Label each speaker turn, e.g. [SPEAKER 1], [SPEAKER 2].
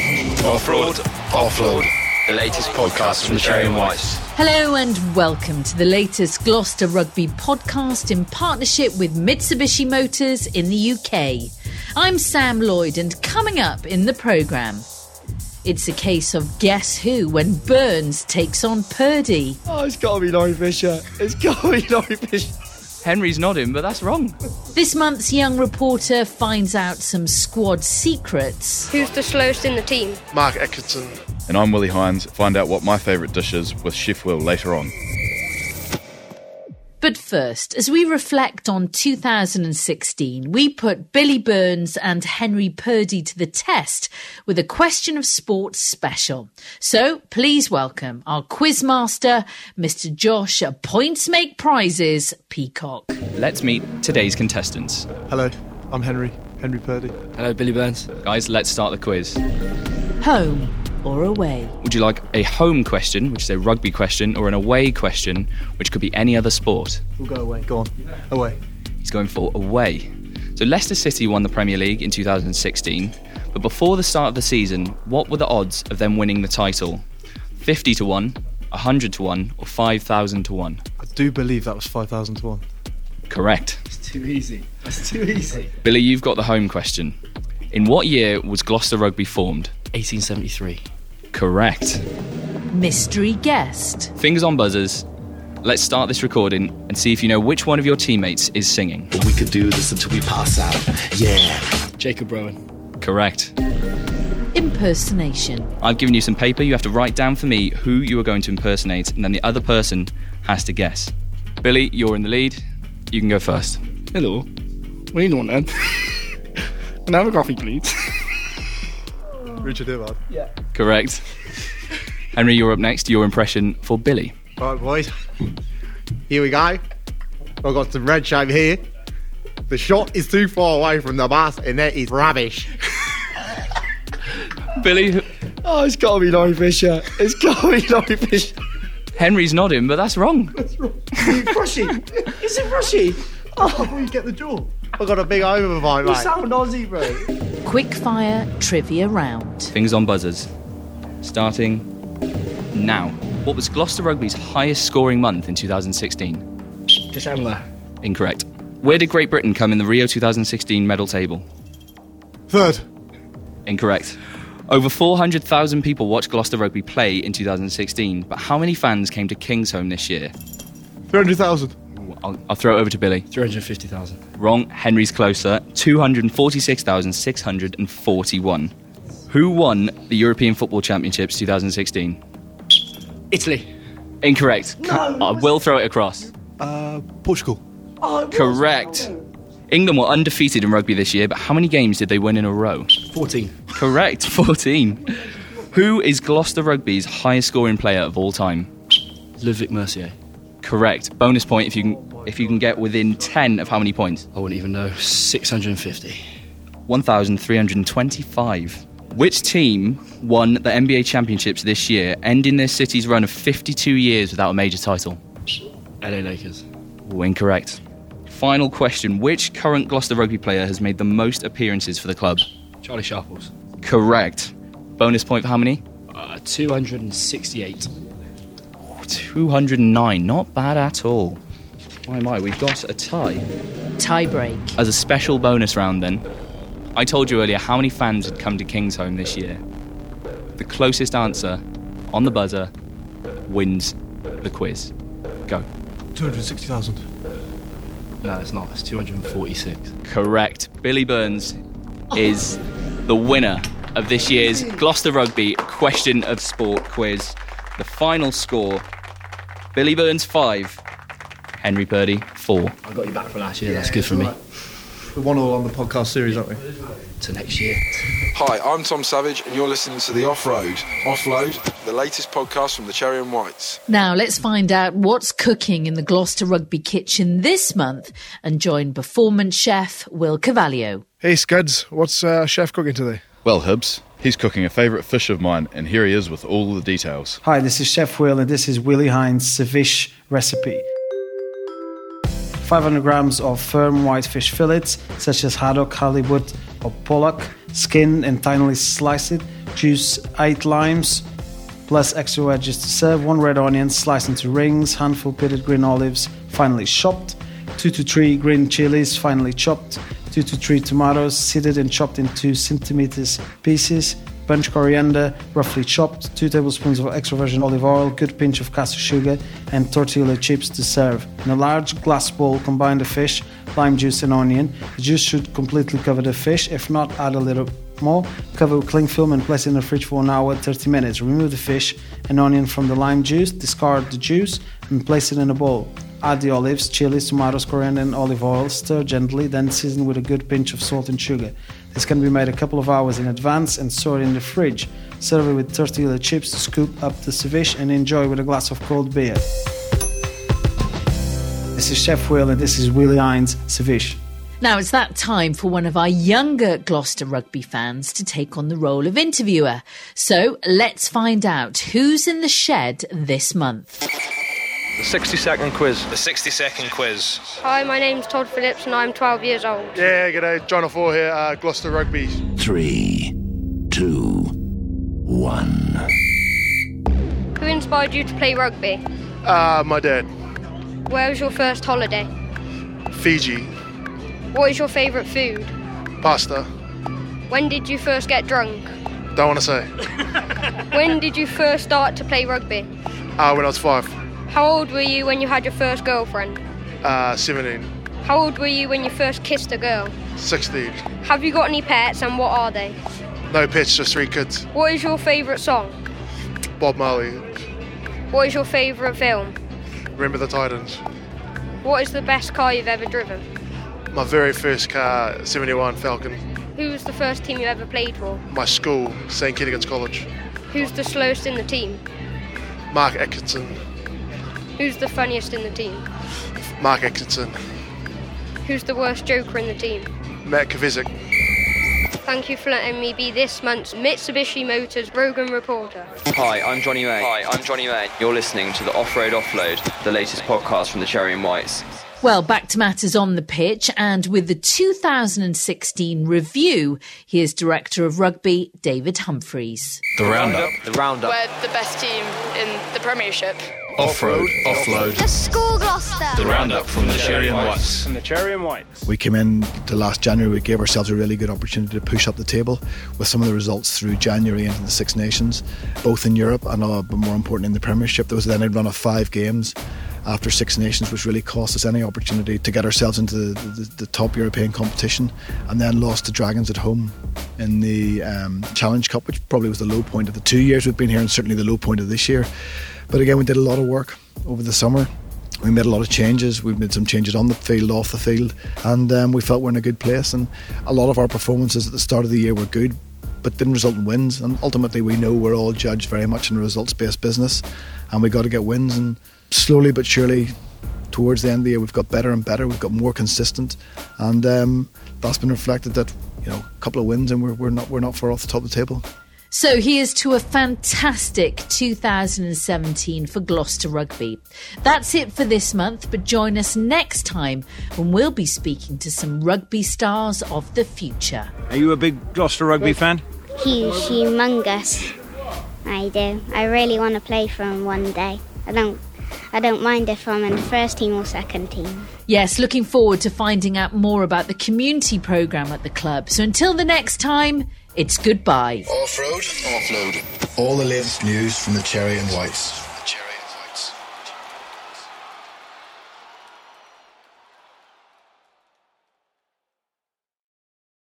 [SPEAKER 1] Offroad, Offload, the latest podcast from Cherry and Weiss.
[SPEAKER 2] Hello and welcome to the latest Gloucester Rugby podcast in partnership with Mitsubishi Motors in the UK. I'm Sam Lloyd, and coming up in the programme, it's a case of guess who when Burns takes on Purdy.
[SPEAKER 3] Oh, it's got to be Laurie Fisher. It's got to be Laurie Fisher.
[SPEAKER 4] Henry's nodding, but that's wrong.
[SPEAKER 2] This month's young reporter finds out some squad secrets.
[SPEAKER 5] Who's the slowest in the team?
[SPEAKER 6] Mark Atkinson.
[SPEAKER 7] And I'm Willie Hines. Find out what my favourite dish is with Chef Will later on.
[SPEAKER 2] But first, as we reflect on 2016, we put Billy Burns and Henry Purdy to the test with a question of sports special. So please welcome our quizmaster, Mr. Josh at Points Make Prizes, Peacock.
[SPEAKER 4] Let's meet today's contestants.
[SPEAKER 3] Hello, I'm Henry. Henry Purdy.
[SPEAKER 8] Hello, Billy Burns.
[SPEAKER 4] Guys, let's start the quiz.
[SPEAKER 2] Home or away?
[SPEAKER 4] Would you like a home question, which is a rugby question, or an away question, which could be any other sport?
[SPEAKER 3] We'll go away. Go on. Away.
[SPEAKER 4] He's going for away. So Leicester City won the Premier League in 2016, but before the start of the season, what were the odds of them winning the title? 50 to 1, 100 to 1, or 5,000 to 1?
[SPEAKER 3] I do believe that was 5,000 to 1.
[SPEAKER 4] Correct.
[SPEAKER 8] Too easy. That's too easy.
[SPEAKER 4] Billy, you've got the home question. In what year was Gloucester Rugby formed?
[SPEAKER 8] 1873.
[SPEAKER 4] Correct.
[SPEAKER 2] Mystery guest.
[SPEAKER 4] Fingers on buzzers. Let's start this recording and see if you know which one of your teammates is singing.
[SPEAKER 9] We could do this until we pass out. Yeah.
[SPEAKER 8] Jacob Rowan.
[SPEAKER 4] Correct.
[SPEAKER 2] Impersonation.
[SPEAKER 4] I've given you some paper. You have to write down for me who you are going to impersonate, and then the other person has to guess. Billy, you're in the lead. You can go first.
[SPEAKER 10] Hello. What do you know, man? Can I have a coffee, please?
[SPEAKER 3] Richard Hibbard.
[SPEAKER 4] Correct. Henry, you're up next. Your impression for Billy.
[SPEAKER 3] All right, boys. Here we go. I've got some red shape here. The shot is too far away from the basket, and that is rubbish.
[SPEAKER 4] Billy,
[SPEAKER 3] Oh, it's got to be Laurie Fisher. It's got to be Laurie Fisher.
[SPEAKER 4] Henry's nodding, but that's wrong.
[SPEAKER 3] Brushy. Is it brushy? Oh, you get the jaw. I got a big overbite, mate. sound Aussie, bro.
[SPEAKER 2] Quickfire trivia round.
[SPEAKER 4] Fingers on buzzers. Starting now. What was Gloucester Rugby's highest scoring month in 2016?
[SPEAKER 8] December.
[SPEAKER 4] Incorrect. Where did Great Britain come in the Rio 2016 medal table?
[SPEAKER 3] Third.
[SPEAKER 4] Incorrect. Over 400,000 people watched Gloucester Rugby play in 2016, but how many fans came to King's Home this year?
[SPEAKER 3] 300,000.
[SPEAKER 4] I'll, I'll throw it over to Billy.
[SPEAKER 8] 350,000.
[SPEAKER 4] Wrong. Henry's closer. 246,641. Who won the European Football Championships 2016?
[SPEAKER 8] Italy.
[SPEAKER 4] Incorrect. I will throw it across.
[SPEAKER 3] Uh, Portugal.
[SPEAKER 4] Correct. England were undefeated in rugby this year, but how many games did they win in a row?
[SPEAKER 8] 14.
[SPEAKER 4] Correct. 14. Who is Gloucester Rugby's highest scoring player of all time?
[SPEAKER 8] Ludwig Mercier.
[SPEAKER 4] Correct. Bonus point if you can, if you can get within 10 of how many points?
[SPEAKER 8] I wouldn't even know. 650.
[SPEAKER 4] 1,325. Which team won the NBA championships this year, ending their city's run of 52 years without a major title?
[SPEAKER 8] LA Lakers.
[SPEAKER 4] Ooh, incorrect. Final question Which current Gloucester rugby player has made the most appearances for the club?
[SPEAKER 8] Charlie Sharples.
[SPEAKER 4] Correct. Bonus point for how many?
[SPEAKER 8] Uh, 268.
[SPEAKER 4] 209. Not bad at all. My, my, we've got a tie.
[SPEAKER 2] Tiebreak.
[SPEAKER 4] As a special bonus round, then, I told you earlier how many fans had come to King's Home this year. The closest answer on the buzzer wins the quiz. Go.
[SPEAKER 3] 260,000.
[SPEAKER 8] No, it's not. It's 246.
[SPEAKER 4] Correct. Billy Burns is the winner of this year's Gloucester Rugby Question of Sport quiz. The final score Billy Burns 5, Henry Purdy 4.
[SPEAKER 8] I got you back for last year. That's good for me.
[SPEAKER 3] We're one all on the podcast series, aren't we?
[SPEAKER 8] To next year.
[SPEAKER 1] Hi, I'm Tom Savage, and you're listening to the Offroad, Offload, the latest podcast from the Cherry and Whites.
[SPEAKER 2] Now let's find out what's cooking in the Gloucester Rugby kitchen this month and join performance chef Will Cavallio.
[SPEAKER 11] Hey Scuds, what's uh, Chef cooking today?
[SPEAKER 7] Well, Hibbs, he's cooking a favourite fish of mine, and here he is with all the details.
[SPEAKER 12] Hi, this is Chef Will, and this is Willie Hines' Savish recipe. 500 grams of firm white fish fillets, such as haddock, halibut, or pollock. Skin and finely slice it juice, eight limes, plus extra wedges to serve, one red onion sliced into rings, handful pitted green olives, finely chopped, two to three green chilies, finely chopped, two to three tomatoes, seeded and chopped into centimeters pieces, bunch coriander, roughly chopped, two tablespoons of extra virgin olive oil, good pinch of caster sugar, and tortilla chips to serve. In a large glass bowl, combine the fish, lime juice, and onion. The juice should completely cover the fish. If not, add a little more. Cover with cling film and place in the fridge for an hour, 30 minutes. Remove the fish and onion from the lime juice, discard the juice, and place it in a bowl. Add the olives, chilies, tomatoes, coriander, and olive oil. Stir gently, then season with a good pinch of salt and sugar. This can be made a couple of hours in advance and stored in the fridge. Serve it with tortilla chips to scoop up the ceviche and enjoy with a glass of cold beer. This is Chef Will and this is Willie Hines Ceviche.
[SPEAKER 2] Now it's that time for one of our younger Gloucester rugby fans to take on the role of interviewer. So let's find out who's in the shed this month.
[SPEAKER 5] The 60 second quiz. The 60 second quiz.
[SPEAKER 6] Hi, my name's Todd Phillips and I'm 12 years old.
[SPEAKER 11] Yeah, g'day. John O'Four here, uh, Gloucester Rugby.
[SPEAKER 9] Three, two, one.
[SPEAKER 6] Who inspired you to play rugby?
[SPEAKER 11] Uh, my dad,
[SPEAKER 6] Where was your first holiday?
[SPEAKER 11] Fiji,
[SPEAKER 6] What is your favourite food?
[SPEAKER 11] pasta.
[SPEAKER 6] When did you first get drunk?
[SPEAKER 11] Don't want to say.
[SPEAKER 6] When did you first start to play rugby?
[SPEAKER 11] Uh, when I was five,
[SPEAKER 6] How old were you when you had your first girlfriend?
[SPEAKER 11] uh, 17,
[SPEAKER 6] How old were you when you first kissed a girl?
[SPEAKER 11] 16.
[SPEAKER 6] Have you got any pets and what are they?
[SPEAKER 11] No pets, just three kids.
[SPEAKER 6] What is your favourite song?
[SPEAKER 11] Bob Marley,
[SPEAKER 6] What is your favourite film?
[SPEAKER 11] Remember the Titans.
[SPEAKER 6] What is the best car you've ever driven?
[SPEAKER 11] My very first car, 71 Falcon.
[SPEAKER 6] Who was the first team you ever played for?
[SPEAKER 11] My school, St. Kittigan's College.
[SPEAKER 6] Who's the slowest in the team?
[SPEAKER 11] Mark Atkinson.
[SPEAKER 6] Who's the funniest in the team?
[SPEAKER 11] Mark Atkinson.
[SPEAKER 6] Who's the worst joker in the team?
[SPEAKER 11] Matt Kvesic.
[SPEAKER 6] Thank you for letting me be this month's Mitsubishi Motors Rogan reporter.
[SPEAKER 13] Hi, I'm Johnny May. Hi, I'm Johnny May. You're listening to the Off Road Offload, the latest podcast from the Cherry and Whites.
[SPEAKER 2] Well, back to matters on the pitch and with the 2016 review, here's director of rugby David Humphreys.
[SPEAKER 13] The roundup. The roundup.
[SPEAKER 14] We're the best team in the Premiership.
[SPEAKER 13] Off road. Offload.
[SPEAKER 14] school Gloucester.
[SPEAKER 13] The roundup from the Cherry and Whites.
[SPEAKER 10] From the Cherry and White.
[SPEAKER 15] We came in to last January, we gave ourselves a really good opportunity to push up the table with some of the results through January and the Six Nations, both in Europe and uh, but more important in the Premiership. There was then a run of five games Um, after Six Nations, which really cost us any opportunity to get ourselves into the, the, the top European competition, and then lost to Dragons at home in the um, Challenge Cup, which probably was the low point of the two years we've been here, and certainly the low point of this year. But again, we did a lot of work over the summer. We made a lot of changes. We've made some changes on the field, off the field, and um, we felt we're in a good place. And a lot of our performances at the start of the year were good, but didn't result in wins. And ultimately, we know we're all judged very much in a results based business, and we got to get wins. And slowly but surely, towards the end of the year, we've got better and better. We've got more consistent, and um, that's been reflected that you know a couple of wins, and we're, we're not we're not far off the top of the table.
[SPEAKER 2] So here's to a fantastic 2017 for Gloucester Rugby. That's it for this month, but join us next time when we'll be speaking to some rugby stars of the future.
[SPEAKER 16] Are you a big Gloucester rugby fan?
[SPEAKER 17] Huge, humongous. I do. I really want to play for him one day. I don't. I don't mind if I'm in the first team or second team.
[SPEAKER 2] Yes, looking forward to finding out more about the community programme at the club. So until the next time, it's goodbye.
[SPEAKER 9] Off road, offload.
[SPEAKER 15] All the latest news from the Cherry and Whites.